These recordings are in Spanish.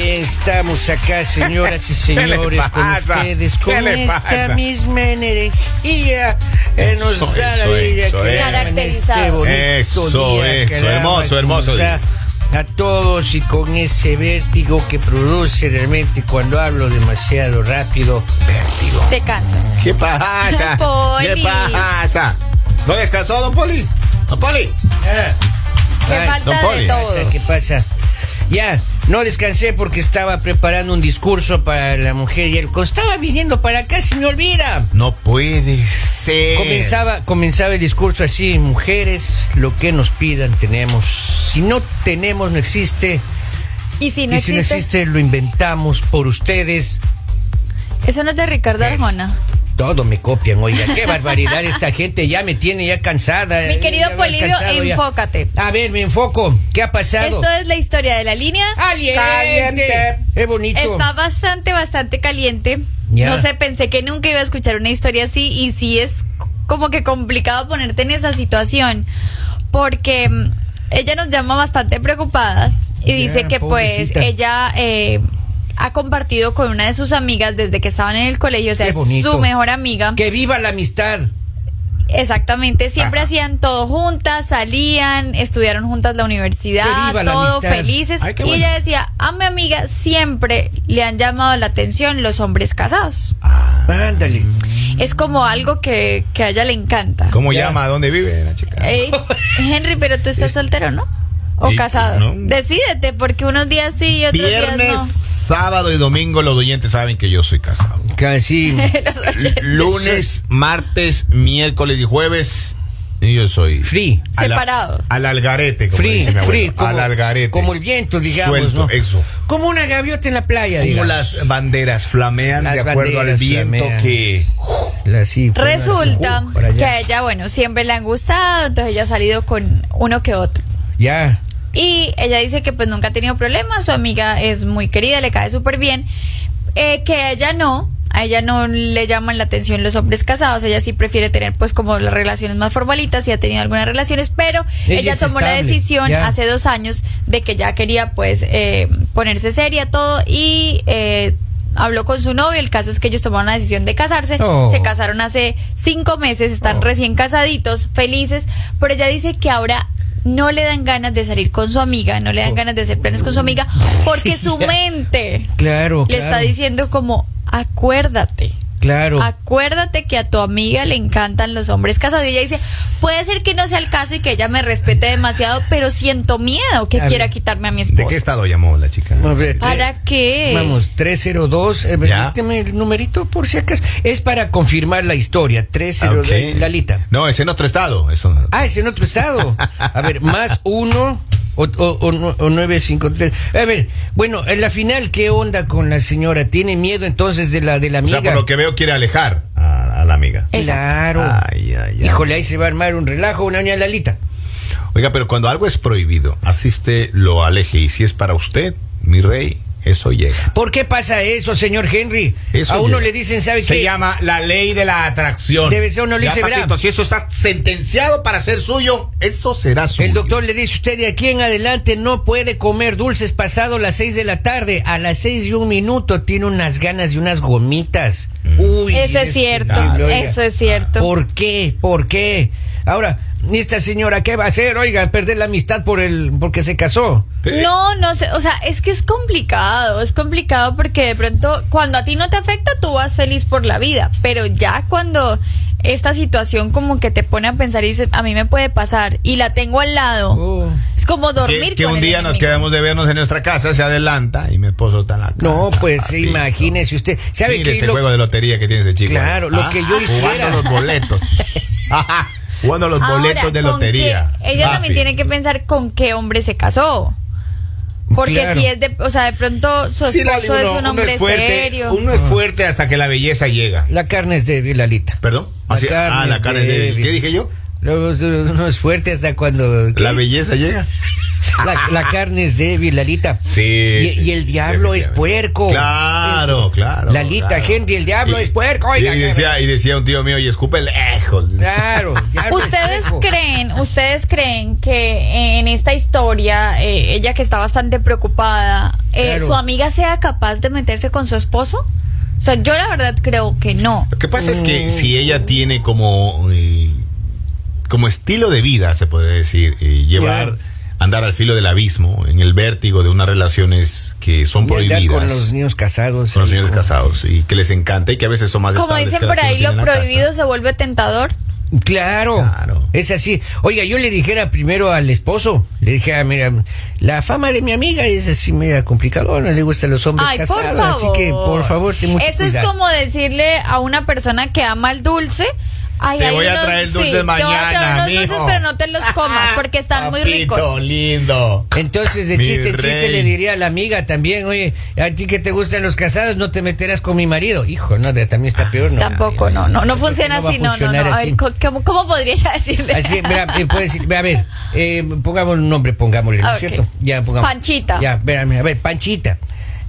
estamos acá, señoras y señores, con pasa? ustedes, ¿Qué con le esta pasa? misma energía que Eso, nos da la eso, vida eso, que eh. llama en este Caracterizado. bonito Eso, día, eso, caramba, hermoso, que hermoso nos día. da A todos y con ese vértigo que produce realmente cuando hablo demasiado rápido. Te cansas. ¿Qué pasa? Poli. ¿Qué pasa? ¿No descansó, don Poli? Don Poli. Ah, Te ay, falta don Poli. de todo. pasa? ¿Qué pasa? Ya, no descansé porque estaba preparando un discurso para la mujer y él estaba viniendo para acá, se me olvida. No puede ser. Comenzaba, comenzaba el discurso así, mujeres, lo que nos pidan tenemos. Si no tenemos, no existe. Y si no, y si existe, no existe, lo inventamos por ustedes. Pues, Eso no es de Ricardo Arjona. Todo me copian, oiga, qué barbaridad esta gente, ya me tiene ya cansada. Mi eh, ya querido me han Polivio, cansado ya. enfócate. A ver, me enfoco. ¿Qué ha pasado? Esto es la historia de la línea. ¡Caliente! Caliente. ¡Qué bonito! Está bastante, bastante caliente. Ya. No sé, pensé que nunca iba a escuchar una historia así y sí es como que complicado ponerte en esa situación porque mm, ella nos llama bastante preocupada y Ya, dice que pobrecita. pues ella eh, ha compartido con una de sus amigas desde que estaban en el colegio, o sea, Qué es bonito. su mejor amiga. ¡Que viva la amistad! Exactamente, siempre Ajá. hacían todo juntas, salían, estudiaron juntas la Que universidad, viva la todo amistad. felices. Ay, qué y bueno. ella decía, a mi amiga siempre le han llamado la atención los hombres casados. Ah. Ah, Ándale. Es como algo que, que a ella le encanta. ¿Cómo Ya. llama? ¿A dónde vive la chica? Ey, Henry, pero tú estás soltero, ¿no? O Y- casado. no. Decídete, porque unos días sí y otros Viernes, días sábado y domingo los oyentes saben que yo soy casado. Casi. no. Los oye- Lunes, martes, miércoles y jueves y yo soy Free. al- Separados. Al algarete, como Free, dice mi abuelo, free, como, al algarete. como el viento, digamos, Suelto, ¿no? eso. Como una gaviota en la playa, Como digamos. las banderas flamean Las de acuerdo al banderas viento flamean. que La- sí, por una- Resulta uh, para que allá. a ella, bueno, siempre le han gustado, entonces ella ha salido con uno que otro. Ya. Y ella dice que pues nunca ha tenido problemas, su amiga es muy querida, le cae súper bien, eh, que a ella no, a ella no le llaman la atención los hombres casados, ella sí prefiere tener pues como las relaciones más formalitas y ha tenido algunas relaciones, pero Ella ella, es tomó la estable, decisión ya. hace dos años de que ya quería pues eh, ponerse seria todo y... eh, Habló con su novio, el caso es que ellos tomaron la decisión de casarse, Oh. se casaron hace cinco meses, están Oh. recién casaditos, felices, pero ella dice que ahora no le dan ganas de salir con su amiga, no le Oh. dan ganas de hacer planes con su amiga, porque su mente Claro, le Oh, claro, está diciendo como, acuérdate. Claro. Acuérdate que a tu amiga le encantan los hombres casados. Y ella dice, puede ser que no sea el caso y que ella me respete demasiado, pero siento miedo que A ver, quiera quitarme a mi ¿De qué esposo. estado llamó la chica? A ver, eh, ¿Para qué? Vamos, 302, eh, Ya. permíteme el numerito por si acaso. Es para confirmar la historia, 302, Ah, Ok. Lalita. No, es en otro estado. Eso. Ah, es en otro estado. A ver, más uno o, o, o nu- o nueve cinco tres. A ver, bueno, en la final, ¿qué onda con la señora? ¿Tiene miedo entonces de la de la o amiga? sea, por lo que veo quiere alejar a, a la amiga. Exacto. Claro. Ay, ay, ay. Híjole, ahí se va a armar un relajo, una ña Lalita. Oiga, pero cuando algo es prohibido, así usted lo aleje. Y si es para usted, mi rey, eso llega. ¿Por qué pasa eso, señor Henry? Eso a uno le llega. dicen, ¿sabe Se qué? llama la ley de la atracción. Debe ser uno, Ya, Lice, verá. papito, Si eso está sentenciado para ser suyo, eso será suyo. El doctor le dice, usted de aquí en adelante no puede comer dulces pasado las seis de la tarde. A las seis y un minuto tiene unas ganas y unas gomitas. Mm. Uy, Eso es cierto, oiga. eso es cierto. ¿Por qué? ¿Por qué? Ahora, ¿y esta señora qué va a hacer? Oiga, perder la amistad por el, porque se casó. Sí. No, no sé, o sea, es que es complicado, es complicado porque de pronto cuando a ti no te afecta tú vas feliz por la vida, pero ya cuando esta situación como que te pone a pensar y dices, a mí me puede pasar y la tengo al lado, Oh. es como dormir. Uh. Que, que con un el día nos enemigo. quedamos de vernos en nuestra casa, se adelanta y mi esposo está en la casa. No, pues papito. imagínese usted. ¿Sabe Mire qué? ese Lo- juego de lotería que tiene ese chico. Ah, Claro, lo que yo hiciera. Jugando los boletos. Ajá, jugando los Ahora, boletos de con lotería. que- ella Papi. también tiene que pensar con qué hombre se casó. Porque Claro. si es de, o sea, de pronto su esposo Sí, la- es uno- un uno hombre fuerte, serio. Uno es fuerte hasta que la belleza llega. La carne es débil, Lalita. ¿Perdón? Así- ah, la carne es débil. ¿Qué dije yo? eh, Luego, Uno es fuerte hasta cuando... La belleza llega. La, la carne es débil, Lalita. Sí, Y, y el diablo es definitivamente. puerco. Claro, claro. Lalita, claro. Henry, el diablo es puerco, oiga, Ah, y, decía, y decía un tío mío, y escupe lejos. Claro. diablo es ¿Ustedes puerco. creen, ustedes creen que en esta historia, eh, ella que está bastante preocupada, eh, Claro. su amiga sea capaz de meterse con su esposo? O sea, yo la verdad creo que no. Lo que pasa es Mm. que si ella tiene como, eh, como estilo de vida, se podría decir, eh, llevar, Ya. andar al filo del abismo, en el vértigo de unas relaciones que son Y andar prohibidas. con los niños casados. Son los ahí, señores con- casados y que les encanta y que a veces son más Como estables dicen que las por que ahí, uno lo tiene en la casa. prohibido se vuelve tentador. Claro, Claro. es así. Oiga, yo le dijera primero al esposo, le dije, ah, mira, la fama de mi amiga es así, mira, complicadona, le gustan los hombres Ay, por casados, favor. así que por favor, ten mucho Eso es cuidado. como decirle a una persona que ama el dulce. Ay, Te hay voy a unos- traer sí, dulces te voy a traer mañana, unos mijo. dulces, pero no te los comas porque están muy Papito ricos. lindo. Entonces, de Mi chiste en chiste rey. le diría a la amiga también, oye, a ti que te gustan los casados, no te meterás con mi marido. Hijo, no, de- también está peor, ¿no? Tampoco, no, no, no funciona va a así, no, no, no. funcionar A ver, así. co- ¿cómo, cómo podría ella decirle? Así, mira, eh, puede decir, a ver, eh, pongamos un nombre, pongámosle, ¿no Ah, es ok. cierto? Ya, pongamos. Panchita. Ya, espérame, a ver, Panchita.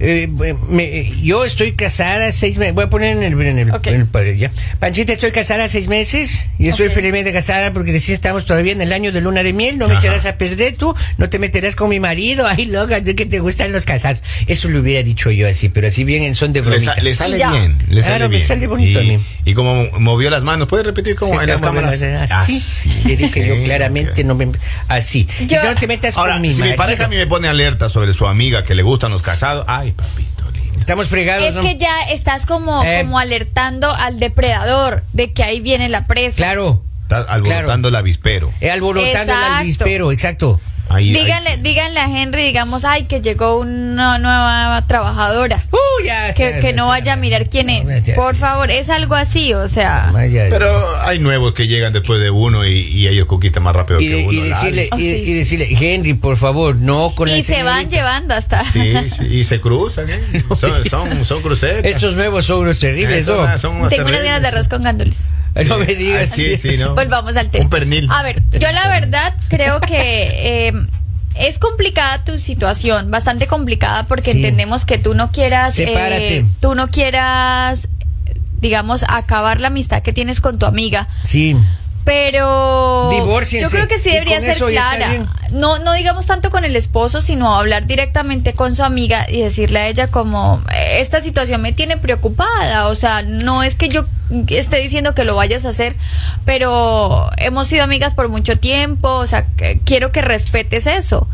Eh, me- eh, yo estoy casada seis meses. Voy a poner en el, en el- Ok. en el pared, ya. Panchita, estoy casada seis meses y estoy Ok. felizmente casada porque recién estamos todavía en el año de luna de miel. No me Ajá. echarás a perder tú, no te meterás con mi marido. Ay, loca, tú que te gustan los casados. Eso lo hubiera dicho yo así, pero así bien en son de Le, sa- bromita. le sale Y ya. bien. Claro, Le sale me bien. sale bonito y, a mí. y como movió las manos, ¿puedes repetir como Sí, en las como cámaras? Ah, lo- Así. Le dije yo Ok, claramente, ok. no me. Así. Y Yo- si no te metas Ahora, con mi si mi marido. pareja a mí me pone alerta sobre su amiga que le gustan los casados, ay, papito lindo. Estamos fregados, Es ¿no? que ya estás como, Eh. como alertando al depredador de que ahí viene la presa. Claro. Está alborotando el avispero. Eh, alborotando el Exacto. albispero, exacto. Ahí- díganle, ahí- díganle a Henry, digamos, ay, que llegó una nueva trabajadora. Uh, ya Que, está. que no vaya a mirar quién es. Ya, Por sí, favor, es algo así, o sea. Vaya. Pero hay nuevos que llegan después de uno y, y ellos conquistan más rápido y, que y uno. la- decirle, Oh, y, sí, y sí. decirle, Henry, por favor, no con la Y se van señorita". llevando hasta. Sí, sí, y se cruzan, ¿eh? Son, son, son crucetas. Estos nuevos son unos terribles, Eso, ¿no? ah, son unas Tengo unas ganas de terribles. arroz con gandules. No me Sí. digas. Ah, sí, sí, no. Volvamos al tema. Un pernil. A ver, yo la verdad creo que eh, es complicada tu situación, bastante complicada porque Sí. entendemos que tú no quieras, eh, Sepárate. tú no quieras, digamos, acabar la amistad que tienes con tu amiga. Sí. Pero Divórciense. yo creo que sí Y debería con ser eso ya está clara. bien. No, no digamos tanto con el esposo, sino hablar directamente con su amiga y decirle a ella como "Eh, esta situación me tiene preocupada. O sea, no es que yo esté diciendo que lo vayas a hacer, pero hemos sido amigas por mucho tiempo. O sea, que- quiero que respetes eso.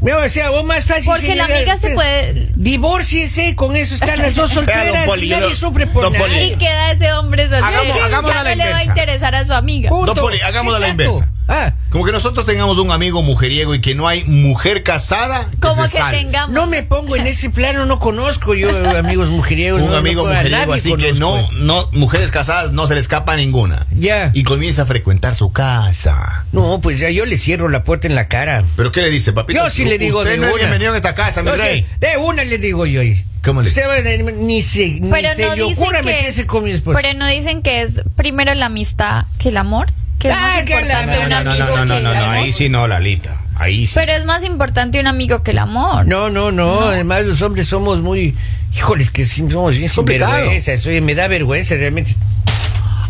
No, o sea, o "Ah, más fácil. Porque la señora, amiga usted- se puede- Divórciese, con eso están las dos Vea, solteras don Poli, y yo- nadie sufre por don Poli. nadie. Y queda ese hombre soltero. Hagamos- hagamos ya a no la le va a inversa. interesar a su amiga. Punto. Don Poli, hagámoslo a la Exacto. inversa. Ah, Como que nosotros tengamos un amigo mujeriego y que no hay mujer casada que Como se que salve. tengamos. no me pongo en ese plano, no conozco yo eh, amigos mujeriegos. Un no- no amigo con- a mujeriego, nadie así que conozco. no, no, mujeres casadas no se le escapa ninguna. Ya. Y comienza a frecuentar su casa. No, pues ya yo le cierro la puerta en la cara. ¿Pero qué le dice, papito? Yo sí le digo Usted de no es una. bienvenido en esta casa, mi Yo sí, rey. de una le digo yo. ahí. ¿Cómo le Usted dices? va a- ni se, ni pero Mm, se no le dicen ocurra que meterse es- con mi esposa. Pero no dicen que es primero la amistad que el amor. Que es Ah, más que la- importante no, no, un no, amigo que el amor. sí no, Lalita. Ahí sí. Pero es más importante un amigo que el amor. No, no, no, Además, los hombres somos muy. Híjoles, que sí, somos bien complicado. sinvergüenzas. Oye, me da vergüenza realmente.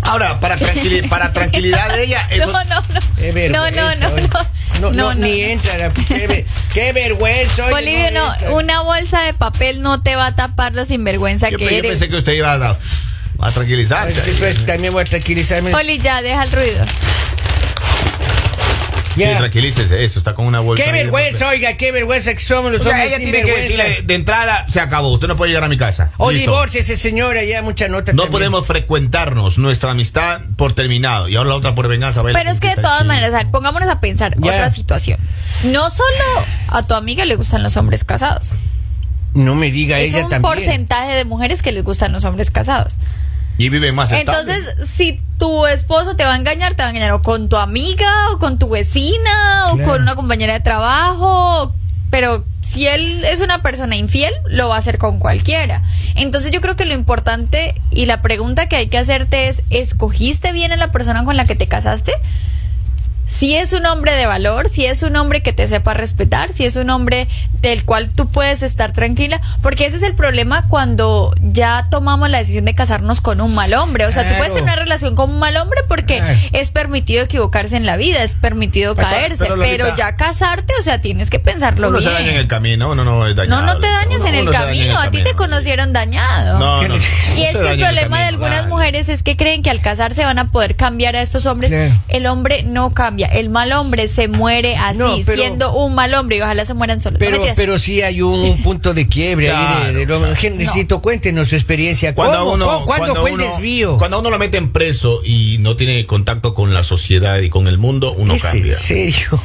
Ahora, para, tranquili- para tranquilidad de ella, no, esos- no, no. Qué No, no, vergüenza, no, oye. no. No, no. ni entra. la- Qué, ver- qué vergüenza. oye, Bolivio, entra. no, una bolsa de papel no te va a tapar lo sinvergüenza yo, que pe- yo eres. pensé que usted iba a, a Ay, tranquilizarse. sí, pues, también voy a tranquilizarme. Oli, ya, deja el ruido. Sí, Ya. tranquilícese, eso, está con una bolsa. Qué ahí de vergüenza, oiga, qué vergüenza que somos los O sea, hombres. ella tiene que sinvergüenzas. decirle de entrada, se acabó, usted no puede llegar a mi casa. O Listo. Oh, divórciese, señora, ya mucha nota. No también. podemos frecuentarnos, nuestra amistad por terminado. Y ahora la otra por venganza. vaya, Pero es que de está todas chido. maneras, a ver, pongámonos a pensar Ya. otra situación. No solo a tu amiga le gustan los hombres casados. No me diga Es ella un también. porcentaje de mujeres que les gustan los hombres casados. Y vive más estable. Entonces, si tu esposo te va a engañar, te va a engañar o con tu amiga, o con tu vecina, o Claro. con una compañera de trabajo. Pero si él es una persona infiel, lo va a hacer con cualquiera. Entonces yo creo que lo importante y la pregunta que hay que hacerte es, ¿escogiste bien a la persona con la que te casaste? si es un hombre de valor, si es un hombre que te sepa respetar, si es un hombre del cual tú puedes estar tranquila, porque ese es el problema cuando ya tomamos la decisión de casarnos con un mal hombre. O sea, tú puedes Claro. tener una relación con un mal hombre porque Ay. es permitido equivocarse en la vida, es permitido Eh. Pues, caerse, pero pero, Lolita- ya casarte, o sea, tienes que pensarlo Uno se bien. daña en el camino, uno no es no, dañado. no te dañes Uno- en, el uno se daña en camino. A ti te camino. conocieron dañado. No, no, Y Y es se que daña el en problema de camino, algunas daña. mujeres es que creen que al casarse van a poder cambiar a estos hombres. Claro. El hombre no cambia, el mal hombre se muere así, No, pero- siendo un mal hombre y ojalá se mueran solos. No, Pero, mentiras. pero sí hay un punto de quiebre. ahí de- de- Claro, de- Genesito, cuéntenos su experiencia. ¿Cómo, Cuando uno, ¿Cómo? ¿Cuándo cuando fue uno- el desvío? Cuando a uno lo meten preso y no tiene contacto con la sociedad y con el mundo, uno ¿Es en cambia. serio?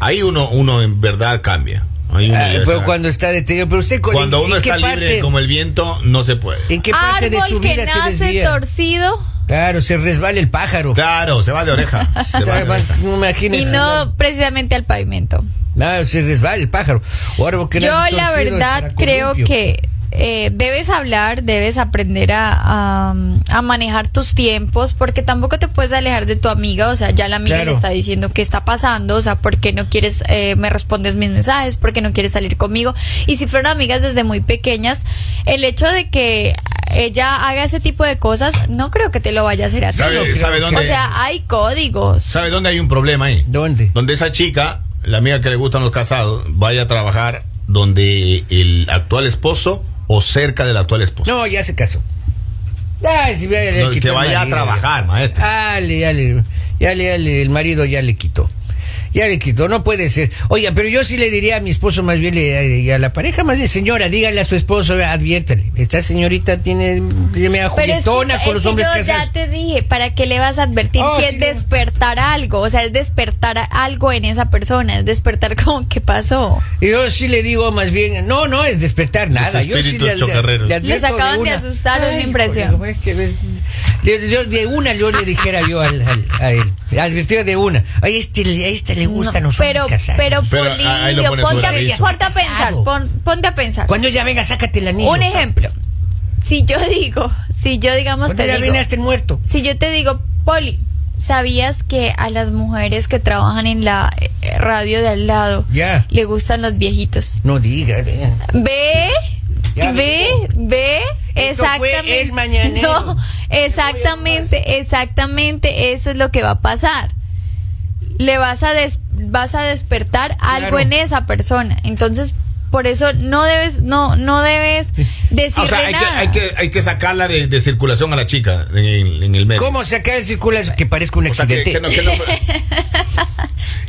Ahí uno, uno en verdad cambia. Ahí uno Ah, ya pero sabe. cuando está detenido. Pero usted, ¿en- Cuando uno ¿en qué está libre parte- como el viento, no se puede. ¿En qué parte Árbol de su que vida se nace desvía? torcido Claro, se resbala el pájaro. Claro, se va de oreja. se va de oreja. No y imagínese. no precisamente al pavimento. Claro, se resbala el pájaro. O árbol que Yo nace la torcido, verdad para creo columpio. que eh, debes hablar, debes aprender a, a, a manejar tus tiempos, porque tampoco te puedes alejar de tu amiga, o sea, ya la amiga Claro. le está diciendo qué está pasando, o sea, por qué no quieres, eh, me respondes mis mensajes, por qué no quieres salir conmigo. Y si fueron amigas desde muy pequeñas, el hecho de que ella haga ese tipo de cosas, no creo que te lo vaya a hacer a ti. ¿Sabe, creo. sabe dónde, O sea, hay códigos. ¿Sabe dónde hay un problema ahí? ¿Dónde? Donde esa chica, la amiga que le gustan los casados, vaya a trabajar donde el actual esposo o cerca del actual esposo. No, ya se casó. Ah, si ya le No, quitó que el vaya a marido, trabajar, ya. maestro. Dale, dale, ya le, ya le- el marido ya le quitó. Ya le quitó, no puede ser. Oiga, pero yo sí le diría a mi esposo más bien, le- eh, y a la pareja más bien, señora, dígale a su esposo, adviértale. Esta señorita tiene, me Pero es que- ajuntona es con los que hombres yo casados. ya te dije, ¿para qué le vas a advertir Oh, si sí, es no. despertar algo? O sea, es despertar a- algo en esa persona, es despertar como que pasó. Y yo sí le digo más bien, no, no es despertar nada. Yo sí espíritus le, le- chocarreros. le advierto Les acaban de una. asustar, es mi hijo, impresión. digo, este, ves, le- yo de una yo le dijera yo al, al- a él. Advirtió de una. A este, le- a este le gustan No, los hombres pero, casados. pero, Pero a- ahí lo Polibio, pones ponte, sobre a, aviso. ponte a pensar, Casado. pon- ponte a pensar. Cuando ya venga, sácate el anillo. Un ejemplo, si yo digo, si yo digamos Cuando te ya digo, venga, esté muerto. si yo te digo, Poli, ¿sabías que a las mujeres que trabajan en la eh, radio de al lado Ya. le gustan los viejitos? No diga. vea. Ve, Ya ve, ve, Esto fue exactamente. el mañanero. No, exactamente, exactamente, eso es lo que va a pasar. Le vas a des- vas a despertar algo Claro. en esa persona. Entonces, por eso no debes, no, no debes Ah, decirle o sea, hay que, nada. hay, que, hay que sacarla de, de circulación a la chica en, el- en el medio. ¿Cómo sacar el circulación? Que parezca un O sea, que, accidente. que no, que no-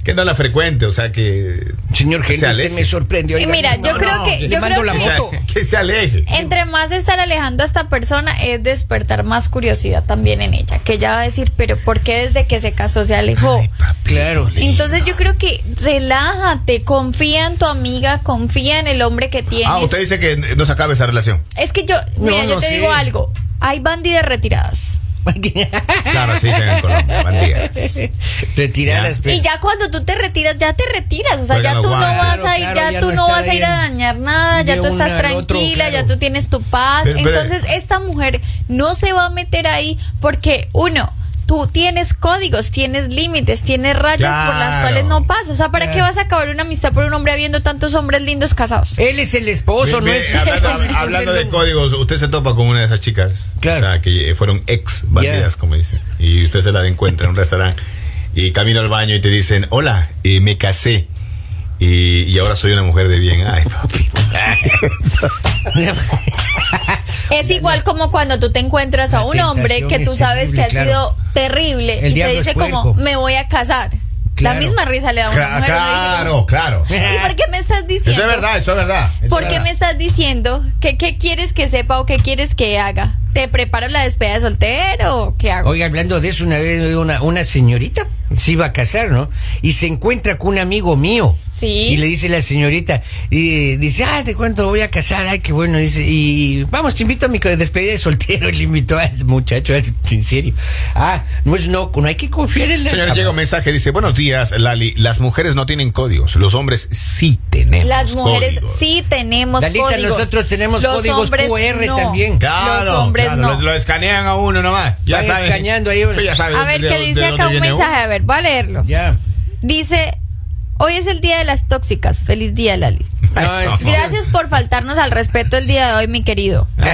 que no la frecuente, o sea, que. Señor que Henry, se usted aleje. me sorprendió. Y mira, yo creo que- le yo mando la creo que, que- se, moto. Eh, que se aleje. Entre más estar alejando a esta persona es despertar más curiosidad también en ella, que ella va a decir, pero ¿por qué desde que se casó se alejó? Claro. Entonces yo creo que relájate, confía en tu amiga, confía en el hombre que tienes. Ah, usted dice que no se acabe esa relación. Es que yo, mira, No, yo no te sé. digo algo, hay bandidas retiradas. Eh. Claro, así dicen en Colombia, bandidas. Retiradas, Ya. pues. Y ya cuando tú te retiras, ya te retiras, o sea, Pero ya no tú no aguanta. vas a ir, Claro, ya claro, tú ya no no estar vas a ir ahí a en- dañar nada, de ya tú una estás al otro, tranquila, claro. ya tú tienes tu paz. Pero, pero- Entonces esta mujer no se va a meter ahí porque uno, tú tienes códigos, tienes límites, tienes rayas por las Claro. cuales no pasas. O sea, ¿para qué Claro. vas a acabar una amistad por un hombre habiendo tantos hombres lindos casados? Él es el esposo, Ve- no ve, es. hablando, hablando de códigos, usted se topa con una de esas chicas. Claro. O sea, que fueron ex bandidas, Ya. como dicen. Y usted se la encuentra en un restaurante y camina al baño y te dicen, hola, eh, me casé. Y, y ahora soy una mujer de bien. Ay, papito. Es igual como cuando tú te encuentras a La un hombre que tentación tú es sabes que ha terrible, claro. sido terrible El y te diablo dice es puerco. como me voy a casar. Claro. La misma risa le da a una mujer. le dice como, Claro, claro. ¿Y por qué me estás Eso diciendo? es verdad, eso es verdad. Eso ¿Por es qué verdad. me estás diciendo que qué quieres que sepa o qué quieres que haga? ¿Te preparo la despedida de soltero o qué hago? Oiga, hablando de eso, una vez una, una señorita se iba a casar, ¿no? Y se encuentra con un amigo mío. Sí. Y le dice la señorita, y dice, ah, ¿de cuánto voy a casar? Ay, qué bueno. Dice, y vamos, te invito a mi despedida de soltero. Y Le invitó al muchacho, en serio. Ah, no es no, no hay que confiar en la Señor, jamás. llega un mensaje, dice, buenos días, Lali, las mujeres no tienen códigos, los hombres sí tenemos Las mujeres códigos". sí tenemos Dalita, códigos. nosotros tenemos Los códigos hombres QR no. también. Claro, Los hombres claro, no. Lo, lo escanean a uno nomás. Ya Van saben. escaneando ahí. Pues ya saben A ver de- qué de dice dónde acá un viene uno. mensaje, a ver, voy a leerlo. Ya. Dice, hoy es el día de las tóxicas. Feliz día, Lali. No, Eso. es- Gracias por faltarnos al respeto el día de hoy, mi querido. Eso,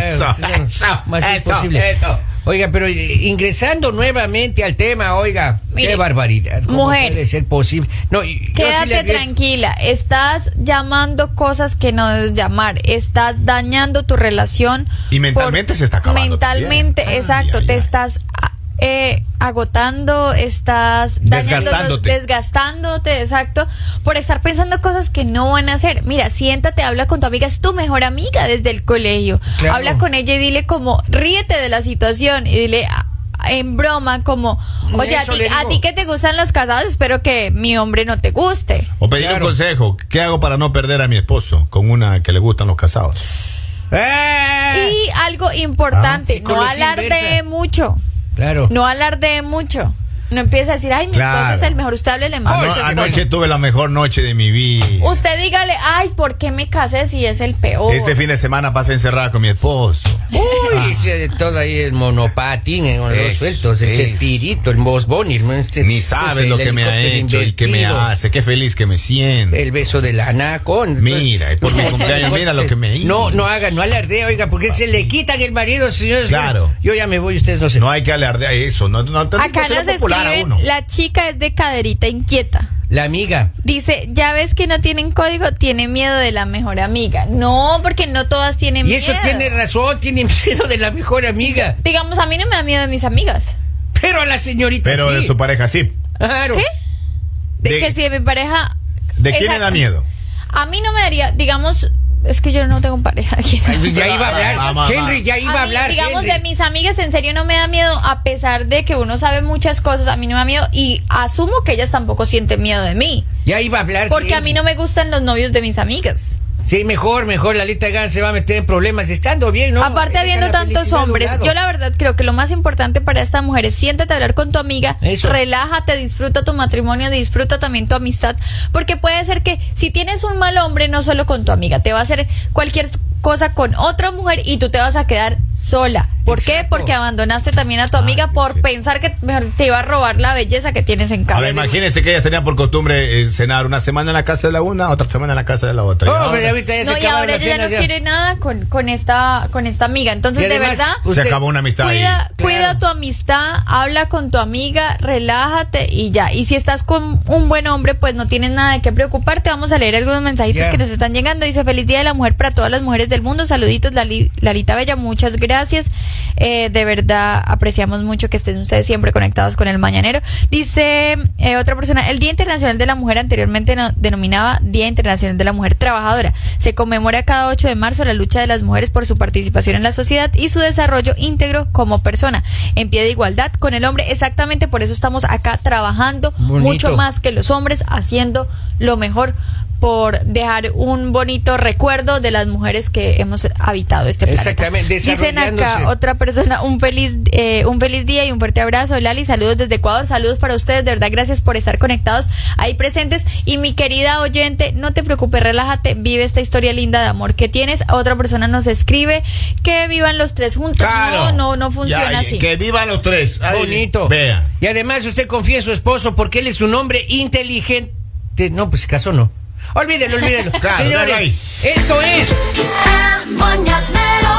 Eh, eso, más eso, imposible. eso. Oiga, pero eh, ingresando nuevamente al tema, oiga, qué Mire, barbaridad. ¿Cómo mujer. puede ser posible? No, y- yo sí le Quédate advierto- tranquila, estás llamando cosas que no debes llamar, estás dañando tu relación. Y mentalmente se está acabando Mentalmente, también. Ay, exacto, ay, te ay. estás a- eh, agotando, estás dañándonos- Desgastándote. desgastándote, exacto, por estar pensando cosas que no van a hacer. Mira, siéntate, habla con tu amiga, es tu mejor amiga desde el colegio. Claro. Habla con ella y dile como, ríete de la situación y dile a- en broma como, oye, a Eso ti- le a digo. ti que te gustan los casados, espero que mi hombre no te guste. O pedir Claro. un consejo. ¿Qué hago para no perder a mi esposo con una que le gustan los casados? ¡Ah! Y algo importante, Ah, no psicología alardee inversa. mucho, Claro. no alarde mucho. No empieza a decir, ay, mi esposo Claro. es el mejor, usted háblele más. Ah, Ano- ese es anoche bueno. tuve la mejor noche de mi vida. Usted dígale, ay, ¿por qué me casé si es el peor? Este fin de semana pasé encerrada con mi esposo. Uy, se- todo ahí el monopatín, eh, los Ah. Eso, sueltos, el eso. chespirito, el Boss Bunny, hermano, este- Ni no sabes sé, lo el que me ha helicóptero hecho y que me invertido, hace. Qué feliz que me siento. El beso de la anaconda. Mira, y por mi cumpleaños, mira lo que me hizo. No, no haga, no alardee, oiga, porque se le quitan el marido, señores. Claro. Yo ya me voy, ustedes no se. No hay que alardear eso. No, no, no hay que Acá hacerlo nos popular a escriben, uno. la chica es de caderita inquieta. La amiga. Dice, ya ves que no tienen código, tiene miedo de la mejor amiga. No, porque no todas tienen Y miedo. eso tiene razón, tiene miedo de la mejor amiga. Digamos, a mí no me da miedo de mis amigas. Pero a la señorita Pero sí. de su pareja sí. Claro. ¿Qué? De, De- que si de mi pareja... ¿De quién le Exacto. da miedo? A mí no me daría, digamos, es que yo no tengo pareja. aquí. Ay, Ya Ah, iba a ah, hablar, ah, Henry, ah. ya iba a, A mí, hablar. digamos, Henry. de mis amigas, en serio no me da miedo, a pesar de que uno sabe muchas cosas, a mí no me da miedo y asumo que ellas tampoco sienten miedo de mí, Ya iba a hablar. porque a mí no me gustan los novios de mis amigas. Sí, mejor, mejor. La Lita Gan se va a meter en problemas estando bien, ¿no? Aparte, Deja habiendo la tantos felicidad a un hombres, lado. yo la verdad creo que lo más importante para esta mujer es siéntate a hablar con tu amiga, Eso. relájate, disfruta tu matrimonio, disfruta también tu amistad, porque puede ser que si tienes un mal hombre, no solo con tu amiga, te va a hacer cualquier cosa con otra mujer y tú te vas a quedar sola. ¿Por qué? Exacto. Porque abandonaste también a tu amiga por Diosito. pensar que mejor te iba a robar la belleza que tienes en casa. Ahora imagínense que ellas tenían por costumbre eh, cenar una semana en la casa de la una, otra semana en la casa de la otra. Y Oh, ahora- pero ahorita ya se no, y acabaron ahora las ella ya no cenas, ya. quiere nada con, con esta con esta amiga. Entonces, Y además, de verdad, se Usted- acabó una amistad Cuida, ahí. Claro. cuida tu amistad, habla con tu amiga, relájate y ya. Y si estás con un buen hombre, pues no tienes nada de qué preocuparte. Vamos a leer algunos mensajitos Ya. que nos están llegando. Dice, feliz Día de la Mujer para todas las mujeres del mundo. Saluditos, Lali- Lalita Bella, muchas gracias. Eh, de verdad, apreciamos mucho que estén ustedes siempre conectados con el Mañanero. Dice eh, otra persona, el Día Internacional de la Mujer anteriormente no- denominaba Día Internacional de la Mujer Trabajadora. Se conmemora cada 8 de marzo la lucha de las mujeres por su participación en la sociedad y su desarrollo íntegro como persona, en pie de igualdad con el hombre. Exactamente por eso estamos acá trabajando Bonito. mucho más que los hombres, haciendo lo mejor por dejar un bonito recuerdo de las mujeres que hemos habitado este planeta. Exactamente, Dicen desarrollándose. acá otra persona, un feliz, eh, un feliz día y un fuerte abrazo. Lali, saludos desde Ecuador, saludos para ustedes, de verdad, gracias por estar conectados ahí presentes. Y mi querida oyente, no te preocupes, relájate, vive esta historia linda de amor que tienes. Otra persona nos escribe que vivan los tres juntos. Claro. No, no, no funciona Ya, y así. Que vivan los tres. Ahí, Bonito. Vean. Y además usted confía en su esposo porque él es un hombre inteligente. No, pues se casó no. Olvídelo, olvídelo. Claro, déjalo ahí. Señores, esto es... El mañanero.